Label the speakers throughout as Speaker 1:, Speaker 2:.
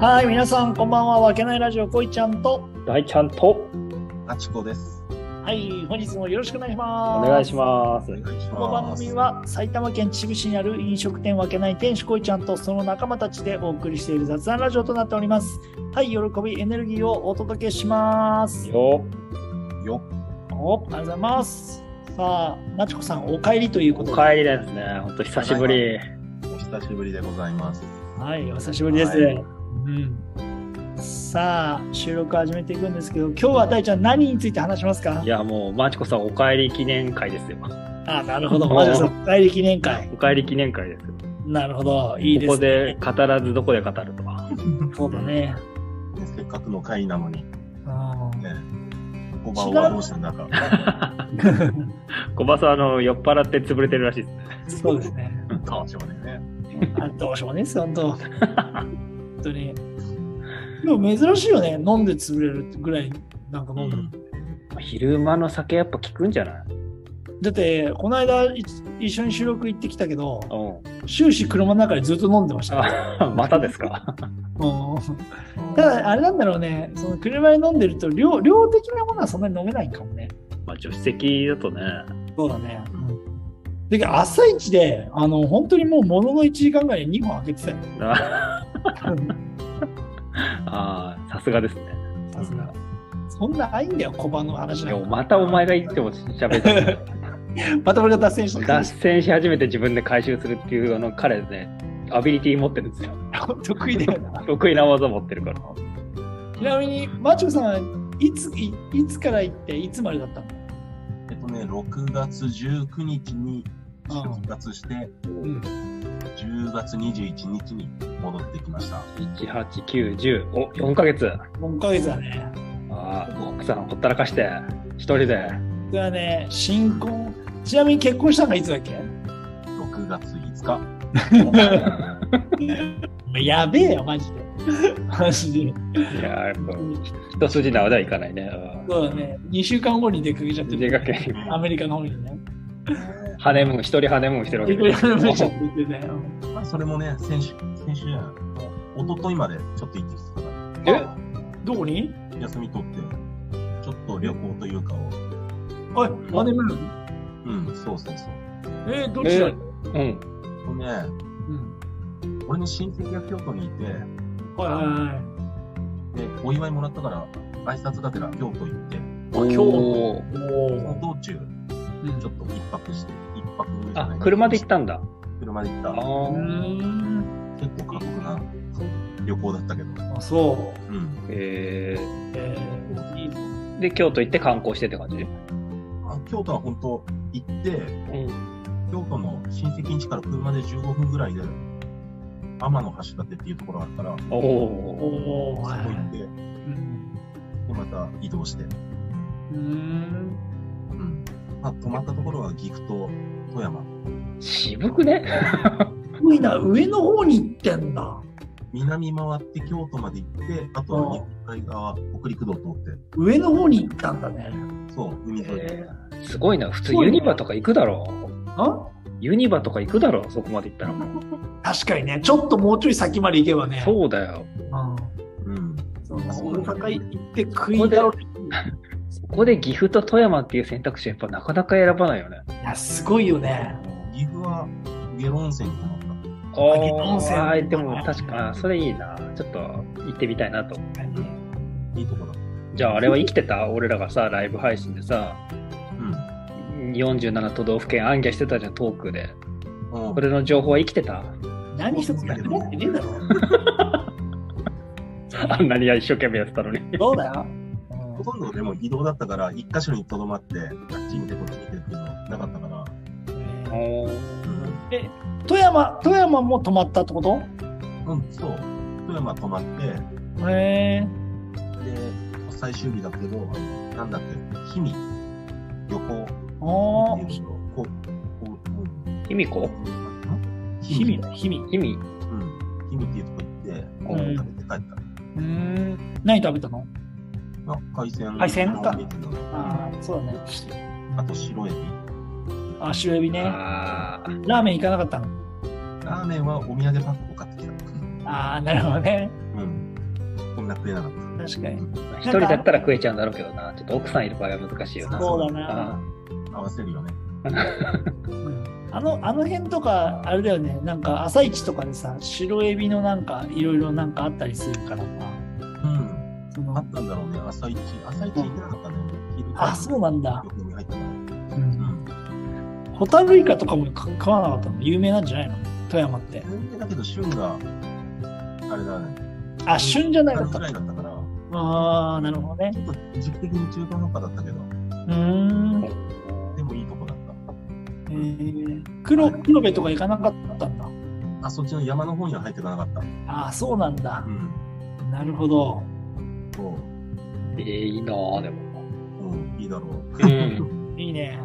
Speaker 1: はい、皆さん、こんばんは。わけないラジオ、こいちゃんと。
Speaker 2: 大ちゃんと
Speaker 3: あちこです。
Speaker 1: はい、本日もよろしくお願いし
Speaker 2: お
Speaker 1: ます。
Speaker 2: 願いします
Speaker 3: お。願いします。
Speaker 1: この番組は埼玉県秩父市にある飲食店わけない店主こいちゃんとその仲間たちでお送りしている雑談ラジオとなっております。はい、喜び、エネルギーをお届けします。
Speaker 2: よ
Speaker 3: よ
Speaker 1: おありがとうございます。さあ、なちこさん、お帰りという
Speaker 2: お
Speaker 1: ことで。
Speaker 2: 帰りですね。ほんと久しぶり。
Speaker 3: お久しぶりでございます。
Speaker 1: はい、お久しぶりです。
Speaker 3: はい
Speaker 1: うん、さあ、収録始めていくんですけど、今日は大ちゃん、何について話しますか
Speaker 2: いや、もう、マチコさん、お帰り記念会ですよ。
Speaker 1: あ、なるほど。マジさん、お帰り記念会。
Speaker 2: お帰り記念会ですよ。
Speaker 1: なるほど。いいです、ね。
Speaker 2: ここで語らず、どこで語るとか。
Speaker 1: そうだね。
Speaker 3: ねせっかくの会なのに、
Speaker 1: あ
Speaker 3: ね、こばんはどうしたんだか。
Speaker 2: 小バさん、あの、酔っ払って潰れてるらしいですね。
Speaker 1: ーそうですね。
Speaker 3: かもしれないね。
Speaker 1: あどうしようもねえですよ、 本当。本当に。でも珍しいよね。飲んで潰れるぐらい、なんか飲んだの。
Speaker 2: 昼間の酒、やっぱ効くんじゃない
Speaker 1: だって、この間い一緒に収録行ってきたけど、
Speaker 2: う
Speaker 1: 終始車の中でずっと飲んでました。
Speaker 2: ん。 またですか
Speaker 1: うん
Speaker 3: うん
Speaker 1: ただ、あれなんだろうね。その車で飲んでると量、量的なものはそんなに飲めないんかもね。
Speaker 2: まあ、助手席だとね。
Speaker 1: そうだね。で、朝一で、あの、本当にもうものの1時間ぐらいに2本開けてた よ。
Speaker 2: ああー、さすがですね。
Speaker 1: さすが。そんなないんだよ、小判の話
Speaker 2: い
Speaker 1: な
Speaker 2: や
Speaker 1: んか
Speaker 2: またお前が言っても喋って た。
Speaker 1: また俺が脱線した。
Speaker 2: 脱線し始めて自分で回収するっていうあの彼ねアビリティ持ってるんですよ
Speaker 1: 得意だよ な。
Speaker 2: 得意な技持ってるから
Speaker 1: ちなみに、マチョさんはいつい、いつから行って、いつまでだったの
Speaker 3: えっとね、6月19日に出発して、
Speaker 1: うん。
Speaker 3: 10月21日に戻ってきました。
Speaker 2: 18910お4ヶ月
Speaker 1: 4ヶ月だね。
Speaker 2: ああ奥さんほったらかして一 人で
Speaker 1: それはね、新婚。ちなみに結婚したのがいつだっけ
Speaker 3: 6月5日。
Speaker 1: やべえよ、マジで。マジで。
Speaker 2: いやーやっぱ一筋縄ではいかないねうん
Speaker 1: そうだね。2週間後に出かけちゃって
Speaker 2: 出
Speaker 1: る。
Speaker 2: かけに
Speaker 1: アメリカの方にね。
Speaker 2: ハネムーン一人ハネムーンしてるわけ
Speaker 1: 出かけられちゃっ
Speaker 2: で
Speaker 1: ててね。うん
Speaker 3: まあ、それもね、先週、先週じゃない、一昨日までちょっと行ってきてたか
Speaker 2: え
Speaker 1: どこに
Speaker 3: ら、休み取って、ちょっと旅行というかを、
Speaker 1: おい、マネムーン。
Speaker 3: うん、そうそうそう。
Speaker 1: えー、どっちだ、
Speaker 2: えうん
Speaker 3: これね、
Speaker 1: うん。
Speaker 3: 俺の親戚が京都にいて、
Speaker 1: はいはいはい。
Speaker 3: で、お祝いもらったから、挨拶がてら京都行って、
Speaker 2: 今日
Speaker 1: おお
Speaker 3: その道中、
Speaker 1: うん
Speaker 3: ちょっと一泊して、一泊じゃな
Speaker 2: あ
Speaker 3: い
Speaker 2: 車で行ったんだ
Speaker 3: 車で行っ
Speaker 2: あ
Speaker 3: た。
Speaker 1: うー
Speaker 2: ー
Speaker 1: ん
Speaker 3: 結構過酷な旅行だったけど。
Speaker 1: あそ
Speaker 3: うん。
Speaker 2: え
Speaker 1: う、えー、いいね
Speaker 2: ー、で京都行って観光してって感じう
Speaker 3: あ京都は本当行って、
Speaker 2: ん
Speaker 3: 京都の親戚ん家から車で15分ぐらいで、天の橋立っていうところがあるから、
Speaker 2: お
Speaker 1: お
Speaker 2: お
Speaker 1: おはい
Speaker 3: そこ
Speaker 1: はい
Speaker 3: 行って、で、
Speaker 1: うん
Speaker 3: また移動して。
Speaker 1: うーん
Speaker 3: うん。まあ、泊まったところは岐阜と富山。
Speaker 2: 渋くね
Speaker 1: すごいな上の方に行ってんだ
Speaker 3: 南回って京都まで行って、あとは日本海側、北陸道通っ
Speaker 1: 上の方に行ったんだね
Speaker 3: て、そう、海沿いで。
Speaker 2: えーすごいな普通ユニバとか行くだろう
Speaker 1: あ
Speaker 2: ユニバとか行くだろうそこまで行ったら
Speaker 1: 確かにねちょっともうちょい先まで行けばね
Speaker 2: そうだよ
Speaker 1: うん
Speaker 3: うん。
Speaker 1: そう大阪行って食
Speaker 2: ここ
Speaker 1: い
Speaker 2: で
Speaker 1: だろう
Speaker 2: そこで岐阜と富山っていう選択肢はやっぱなかなか選ばないよね
Speaker 1: いやすごいよね
Speaker 3: 岐阜は下呂温泉に泊まった。
Speaker 2: あ
Speaker 1: 岐阜温泉
Speaker 2: あーでも確かあそれいいなちょっと行ってみたいなと
Speaker 3: いいとこだ。
Speaker 2: じゃああれは生きて た俺らがさライブ配信でさ
Speaker 3: う
Speaker 2: 47都道府県暗記してたじゃんトークで
Speaker 3: ん。
Speaker 2: これの情報は生きてた
Speaker 1: 何一つなくなってねえだろ
Speaker 2: あんなに一生懸命やってたのに
Speaker 1: そうだよ、
Speaker 3: ほとんどでも移動だったから、一箇所にとどまって、あっち見てこっち見てっていうのなかったから、
Speaker 1: うん
Speaker 2: お
Speaker 1: え富山富山も泊まったってこと
Speaker 3: うん、そう。富山泊まって、
Speaker 1: へ
Speaker 3: で、
Speaker 1: え
Speaker 3: 最終日だけど、あのなんだっけ、氷見、旅
Speaker 1: あ
Speaker 3: 行
Speaker 1: あ
Speaker 3: っていうのを、こう、こう、こ
Speaker 2: 卑弥呼
Speaker 3: う、ん
Speaker 1: 日々。だ日々
Speaker 2: 卑弥
Speaker 3: うん。氷見っていうとこ行って、ご飯食べて帰った。
Speaker 1: うーん何食べたの
Speaker 3: まあ海鮮。
Speaker 1: 海鮮か
Speaker 3: あ
Speaker 1: ああそうだね
Speaker 3: あと白エビ。
Speaker 1: あ白エビね
Speaker 2: ああ
Speaker 1: ラーメン行かなかったの
Speaker 3: ラーメンはお土産パックを買ってきた。
Speaker 1: ああなるほどね
Speaker 3: うん。そんな食えなかっ
Speaker 1: 確かに。
Speaker 2: まあ一人だったら食えちゃうんだろうけどな。ちょっと奥さんいる場合は難しいよな。
Speaker 1: そうだな。
Speaker 3: た。合わせるよね。
Speaker 1: あの、あの辺とか、あれだよね、なんか朝市とかでさ、白エビのなんか、いろいろなんかあったりするからさ、
Speaker 3: うん。
Speaker 1: そ
Speaker 3: あ
Speaker 1: の
Speaker 3: っ、たんだろうね、朝一。朝一行ってなかったね。昼から
Speaker 1: あ、そうなんだ
Speaker 3: よ。く海入ったから。
Speaker 1: う。
Speaker 3: うんん。
Speaker 1: ホタルイカとかもか買わなかったの有名なんじゃないの富山って。
Speaker 3: 全然だけど、旬が、あれだね。
Speaker 1: あ、旬じゃない
Speaker 3: あれ
Speaker 1: の
Speaker 3: ぐ。
Speaker 1: から
Speaker 3: いだったから、
Speaker 1: ああ、なるほどね
Speaker 3: ち。ょっと時期的に中途半端だったけど、
Speaker 1: うーん。
Speaker 3: でもいいとこだった。
Speaker 1: えー、黒、黒部とか行かなかったんだ。
Speaker 3: あ、そっちの山の方には入ってかなかった。
Speaker 1: ああ、そうなんだ
Speaker 3: う。ん。
Speaker 1: なるほど。
Speaker 3: そう。
Speaker 2: えー、いいなぁ、でも。
Speaker 3: うん、いいだろう。
Speaker 2: うん。
Speaker 1: いいね。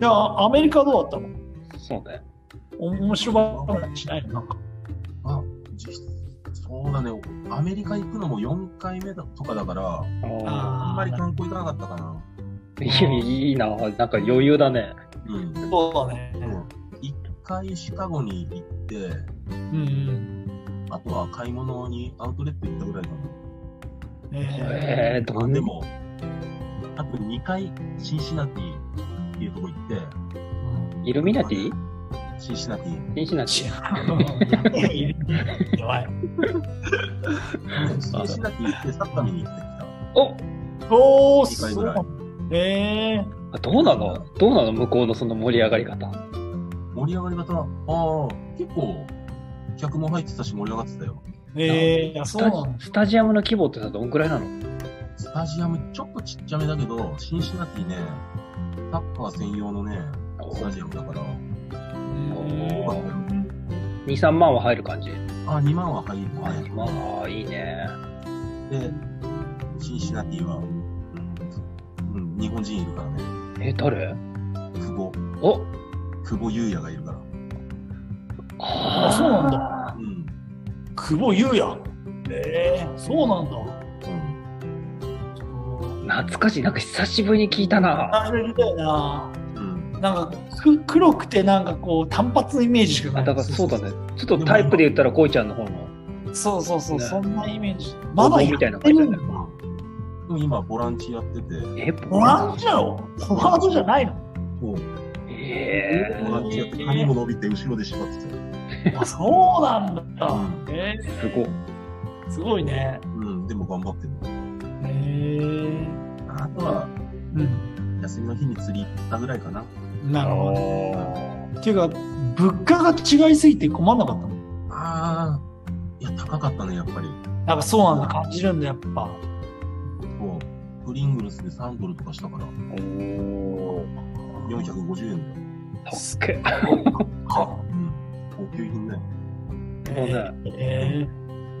Speaker 1: いや、アメリカどうだったの
Speaker 2: そうね。
Speaker 1: お面白かったしないのなんか。
Speaker 3: あ、実そうだね。アメリカ行くのも4回目だとかだから、
Speaker 2: あ
Speaker 3: あんまり
Speaker 1: ー
Speaker 3: 観光行かなかったかな。
Speaker 2: ーいやいいなぁ。なんか余裕だね。
Speaker 3: うん。
Speaker 1: そうだね。
Speaker 3: 1回シカゴに行って、
Speaker 1: うん
Speaker 3: あとは買い物にアウトレット行ったぐらいか
Speaker 1: うん。え
Speaker 2: えー、ど
Speaker 3: な。
Speaker 2: ん
Speaker 3: でも、あと2回シンシナティっていうとこ行って、
Speaker 2: イルミナティ
Speaker 3: シンシナテ ィ。
Speaker 2: シンシナティ
Speaker 1: ー、やいややばい。
Speaker 3: シンシナティ行ってサッカー見に行ってきた。
Speaker 2: お
Speaker 1: おー、
Speaker 3: 二回
Speaker 1: す
Speaker 3: ぐ
Speaker 1: ご
Speaker 3: らい
Speaker 1: い。えー、
Speaker 2: あどうなのどうなの向こうのその盛り上がり方。
Speaker 3: 盛り上がり方、ああ、結構、客も入ってたし盛り上がってたよ。
Speaker 1: えー、あ、
Speaker 2: ス
Speaker 1: そう
Speaker 2: タ
Speaker 1: なんだ。
Speaker 2: スタジアムの規模ってさ、どんくらいなの
Speaker 3: スタジアムちょっとちっちゃめだけど、シンシナティね、サッカー専用のね、スタジアムだから、
Speaker 2: お
Speaker 3: ー
Speaker 2: 2、3万は入る感じ。
Speaker 3: ああ、2万は入る
Speaker 2: あ
Speaker 3: ね。
Speaker 2: まあ、いいね。
Speaker 3: で、シンシナティは、うん、日本人いるからね。
Speaker 2: え、誰
Speaker 3: 久保、
Speaker 2: お
Speaker 3: 久保優也がいるから。
Speaker 2: あー
Speaker 1: そうなんだ。
Speaker 3: うん。うん。
Speaker 1: 久保優也。えー、そうなんだ。
Speaker 2: 懐かしい。なんか久しぶりに聞いたな。
Speaker 1: あれだよな。
Speaker 3: うん。
Speaker 1: なんかく黒くてなんかこう単発のイメージしか
Speaker 2: あ
Speaker 1: ない。
Speaker 2: だからそうだね。ちょっとタイプで言ったら、こいちゃんの方の。
Speaker 1: そうそうそう、
Speaker 2: ね
Speaker 1: そんなイメージ。ま
Speaker 2: 棒
Speaker 1: だ
Speaker 2: みたいな感じだね
Speaker 1: やってるんだ
Speaker 3: でも今、ボランチやってて、
Speaker 2: え、
Speaker 1: ボランチなのフォワードじゃ ないの
Speaker 3: もう
Speaker 2: え
Speaker 3: ボランチやって、髪も伸びて、後ろで縛ってて。
Speaker 1: あそうなんだ。
Speaker 3: うん
Speaker 1: え
Speaker 2: ー、すごい。
Speaker 1: ー、すごいね。
Speaker 3: うん、でも頑張ってる。
Speaker 1: えー、
Speaker 3: あとは、
Speaker 1: うん。
Speaker 3: 休みの日に釣り行ったぐらいかな。
Speaker 1: なるほ
Speaker 2: お
Speaker 1: ど。っていうか、物価が違いすぎて困んなかったの
Speaker 3: ああ、いや、高かったね、やっぱり。
Speaker 1: なんかそうなんだ、感じるんだ、やっぱ。
Speaker 3: こう、プリングルスで3ドルとかしたから、
Speaker 2: お
Speaker 3: 450円だよ。
Speaker 2: たっけ。
Speaker 1: は
Speaker 3: うん。高級品だよ。
Speaker 1: え
Speaker 2: そう
Speaker 1: ー
Speaker 2: ね
Speaker 1: え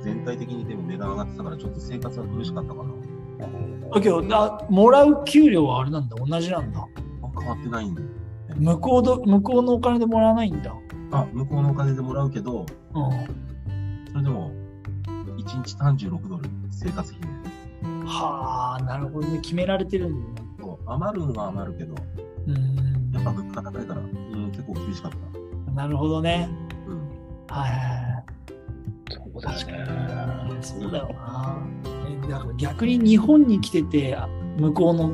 Speaker 3: 全体的にでも値段上がってたから、ちょっと生活は苦しかったかな。
Speaker 1: ー、だけどあ、もらう給料はあれなんだ、同じなんだ。
Speaker 3: あ変わってないんだよ。
Speaker 1: 向こうど向こうのお金でもらわないんだ。
Speaker 3: あ、向こうのお金でもらうけど、
Speaker 1: うん。
Speaker 3: それでも、1日36ドル、生活費で。
Speaker 1: はあ、なるほどね、決められてるんだね。
Speaker 3: そう余るのは余るけど、
Speaker 1: うー
Speaker 3: やっぱ物価高いから、うん、結構厳しかった。
Speaker 1: ん、なるほどね。
Speaker 3: うん。
Speaker 1: はいはいはい。
Speaker 2: そうだね。
Speaker 1: そうだよな。えだから逆に日本に来てて、あ向こうの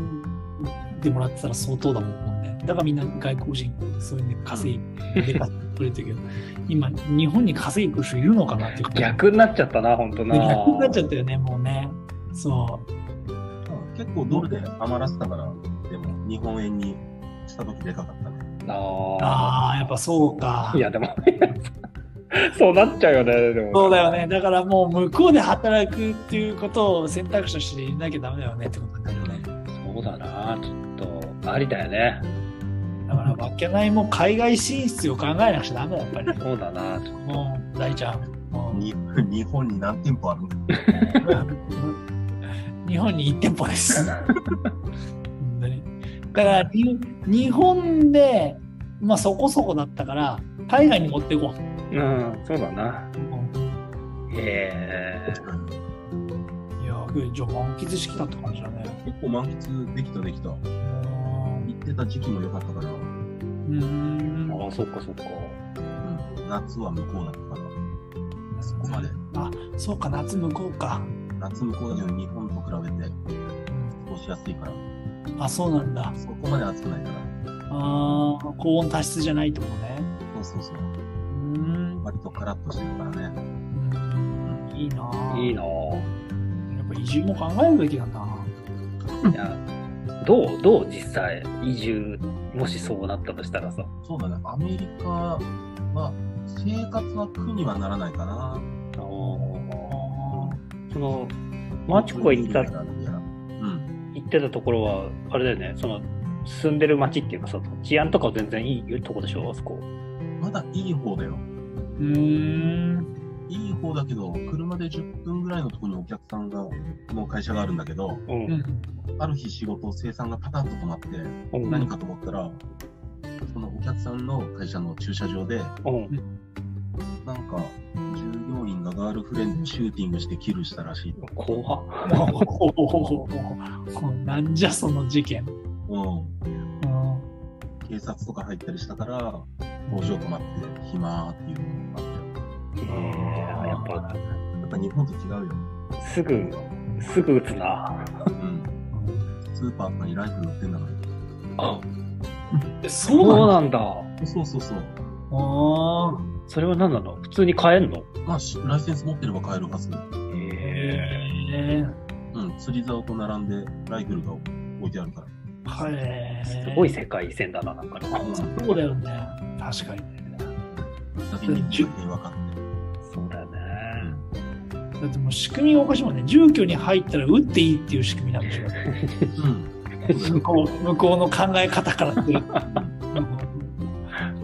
Speaker 1: でもらってたら相当だもんね。だからみんな外国人、そういうね、稼いでくれてるけど、今、日本に稼いでくる人いるのかなっていうか
Speaker 2: 逆になっちゃったな、本当な。
Speaker 1: 逆になっちゃったよね、もうね。そう。
Speaker 3: 結構ドルで余らせたから、でも、日本円にした時でかかったね。
Speaker 2: あ
Speaker 1: ああ、やっぱそうか
Speaker 2: あ。い。や、でも、 そうなっちゃうよね、でも。
Speaker 1: そうだよね。だからもう向こうで働くっていうことを選択肢としていなきゃダメだよねってことになるよね。
Speaker 2: そうだな、ちょっと、ありだよね。
Speaker 1: だから、わけないも海外進出を考えなくちゃダメだ、やっぱり。
Speaker 2: そうだな、ちょっ
Speaker 1: もう大ちゃん。もう
Speaker 3: に日本に何店舗あるんだ
Speaker 1: 日本に1店舗です。本当にだからに日本で、まあ、そこそこだったから海外に持っていこう。
Speaker 2: とうん、そうだな。へえ。
Speaker 1: いやーじゃあ満喫してきたって感じだね。
Speaker 3: 結構満喫できたできた。行ってた時期も良かったから、う
Speaker 1: うーん
Speaker 2: ああ、そっかそっか。
Speaker 3: ん、夏は向こうだったから、そこまで。
Speaker 1: あそうか夏向こうか。
Speaker 3: 夏向こうだけど日本と比べて過ごしやすいから、
Speaker 1: あ、そうなんだ。
Speaker 3: そこまで暑くないから。
Speaker 1: ああ、高温多湿じゃないってことね。
Speaker 3: そうそうそう。
Speaker 1: うーん。
Speaker 3: 割とカラッとしてるからね。
Speaker 1: うんいいなぁ
Speaker 2: いいなぁ。
Speaker 1: やっぱ移住も考えるべきだな。
Speaker 2: いや、どうどう実際、移住、もしそうなったとしたらさ。
Speaker 3: そうだね、アメリカは生活は苦にはならないかな。
Speaker 2: その、マチコが行った、行
Speaker 3: うん。
Speaker 2: ってたところは、あれだよね、その、住んでる町っていうかさ、治安とかは全然いいとこでしょ、あそこ。
Speaker 3: まだいい方だよ。
Speaker 1: うーん。
Speaker 3: いい方だけど、車で10分ぐらいのところにお客さんが、の会社があるんだけど、
Speaker 2: うん。
Speaker 1: うん
Speaker 3: ある日仕事、生産がパタッと止まって、
Speaker 2: うん。
Speaker 3: 何かと思ったら、そのお客さんの会社の駐車場で、
Speaker 2: うん。
Speaker 3: なんか、従業員がガールフレンドをシューティングしてキルしたらしい。
Speaker 2: 怖 っ。
Speaker 1: おおなんじゃその事件。
Speaker 3: うん。
Speaker 1: うん
Speaker 3: 警察とか入ったりしたから、工場止まって、暇っていうのがあったよ。
Speaker 2: えー、やっぱ、
Speaker 3: やっぱ日本と違うよ。
Speaker 2: すぐ、すぐ撃つな。
Speaker 3: うん。スーパーとかにライフル売ってんだか
Speaker 1: えそ
Speaker 2: そう
Speaker 1: な
Speaker 2: う
Speaker 1: の
Speaker 2: なんだ。
Speaker 3: ら。そうそうそう。
Speaker 1: あ
Speaker 2: それは何なの普通に買えんの
Speaker 3: まあ、しライセンス持ってれば買えるはず。
Speaker 1: ーへ
Speaker 3: うん。釣り竿と並んで、ライフルが置いてあるから。
Speaker 1: ーはい
Speaker 2: すごい世界線だな、なんかな。
Speaker 3: うん。
Speaker 1: そうだよね。確かに。
Speaker 3: だけ日本が平和かって。
Speaker 2: そうだよね。
Speaker 1: だってもう仕組みがおかしいもんね。住居に入ったら撃っていいっていう仕組みなんでしょ。
Speaker 3: うん。そ
Speaker 1: 向
Speaker 3: うだよ
Speaker 1: こう向こうの考え方からすると。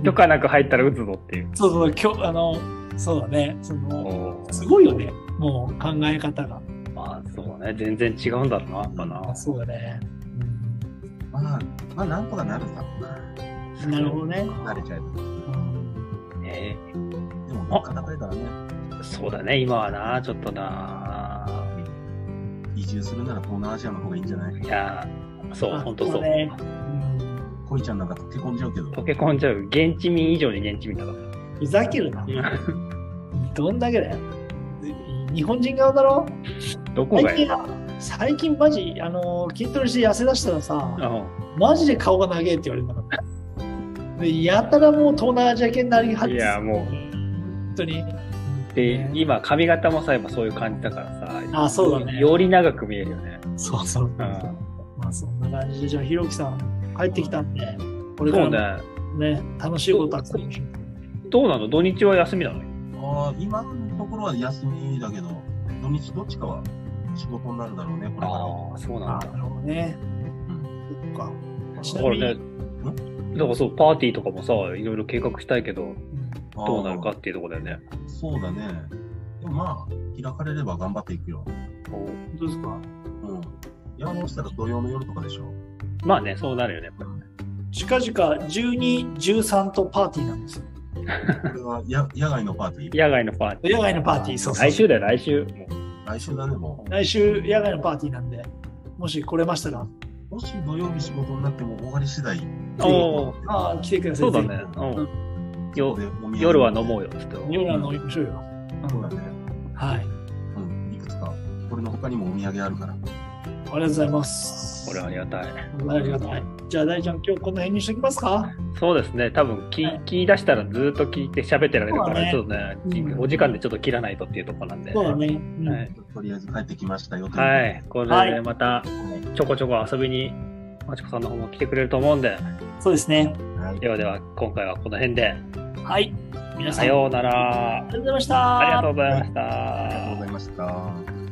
Speaker 2: 許可なく入ったら撃つぞっていう。
Speaker 1: そうそう、きょあの、そうだね。そのす
Speaker 2: い。
Speaker 1: ごいよね。もう考え方が。
Speaker 2: まあ、そうだね。全然違うんだろうな、やっぱな
Speaker 1: あ。そうだね。
Speaker 3: まあ、まあ、なんとかなるさ。
Speaker 1: うんなるほどね。
Speaker 3: 慣れちゃえば。
Speaker 1: うん
Speaker 2: え
Speaker 3: でも、なかなかだからね。
Speaker 2: ーそうだね、今はな、ちょっとな。
Speaker 3: 移住するなら東南アジアの方がいいんじゃない
Speaker 2: いやー、そう、
Speaker 1: あ
Speaker 2: ほんとそ。
Speaker 1: そううだねうん
Speaker 3: 恋ちゃんなんか溶け込んじゃうけど。
Speaker 2: 溶け込んじゃう。現地民以上に現地民だか
Speaker 1: ふざけるな。
Speaker 2: ら。
Speaker 1: どんだけだよ。日本人側だろ
Speaker 2: どこが
Speaker 1: 最
Speaker 2: いい
Speaker 1: 近、最近マジ、あのー筋トレして痩せ出したらさ、
Speaker 2: の
Speaker 1: マジで顔が長えって言われるんだから。で、やたらもう東南アジア系になりはっ
Speaker 2: い
Speaker 1: て、
Speaker 2: や、も
Speaker 1: 本当に。
Speaker 2: う。で、今、髪型もさ、今そういう感じだからさ。
Speaker 1: あそうだね
Speaker 2: より長く見えるよね。
Speaker 1: そうそう
Speaker 2: う
Speaker 1: そうそう。まあそんな感じで、じゃあひろきさん帰ってきたんで、こ
Speaker 2: ん。
Speaker 1: れか
Speaker 2: そう
Speaker 1: ら
Speaker 2: ね。
Speaker 1: もね、楽しいことはそうでしょ
Speaker 2: どうなの土日は休みなの
Speaker 3: ああ、今のところは休みだけど、土日どっちかは仕事になるだろうね、これから。
Speaker 2: ああ、そう
Speaker 1: あ
Speaker 2: なん
Speaker 1: あ、
Speaker 2: だ。
Speaker 1: なるほどね。
Speaker 3: うん。
Speaker 1: そっか。ちな
Speaker 2: こ
Speaker 1: みに
Speaker 2: れね、だからそう、パーティーとかもさ、いろいろ計画したいけど、どうなるか
Speaker 3: あ
Speaker 2: っていうところだよね。
Speaker 3: ー。そうだね。でもまあ、開かれれば頑張っていくよ。
Speaker 1: 本当ですか
Speaker 3: うん。やろうしたら土曜の夜とかでしょ。
Speaker 2: まあね、そうなるよね。
Speaker 1: 近々12、13とパーティーなんですよ。
Speaker 3: これはや野外のパーティー。
Speaker 2: 野外のパーティー。
Speaker 1: 野外のパーティー、そうそうそう。
Speaker 2: 来週だよ、来週。も
Speaker 3: 来週だね、も
Speaker 1: 来週、野外のパーティーなんで、もし来れましたら、
Speaker 3: う。もし土曜日仕事になっても終わり次第。
Speaker 2: うおー
Speaker 1: ああ、来てくださ
Speaker 2: そ
Speaker 1: い。
Speaker 2: うだね。うん。よ夜は飲もうよ、つって。
Speaker 1: ぜひ。夜は飲みましょうよ。
Speaker 3: うそうだね。
Speaker 1: はい。あり
Speaker 3: うん。いくつか。これの他にもお土産あるから。
Speaker 1: がとうございます。
Speaker 2: これはありがたい。
Speaker 1: ありがたい。じゃあ、大ちゃん、今日この辺にしときますか
Speaker 2: そうですね、多分聞
Speaker 1: はい
Speaker 2: 聞き出したらずっと聞いて喋ってられるか
Speaker 1: そうだ
Speaker 2: ら、
Speaker 1: ね
Speaker 2: ちょっとね
Speaker 1: うん、
Speaker 2: お時間でちょっと切らないとっていうところなんで。
Speaker 1: そうだね。
Speaker 2: はい
Speaker 3: とりあえず帰ってきましたよ。
Speaker 2: はい、これ
Speaker 1: は
Speaker 2: で
Speaker 1: い
Speaker 2: またちょこちょこ遊びに、まちこさんの方も来てくれると思うんで、
Speaker 1: うんそうですね。
Speaker 3: はい。
Speaker 2: ではでは、今回はこの辺で、
Speaker 1: はい。皆さ
Speaker 2: さ
Speaker 1: ん、ありが
Speaker 2: ようなら。
Speaker 1: とうございました。
Speaker 2: ありがとうございまし
Speaker 3: あり
Speaker 2: た
Speaker 3: がとうござ。いました。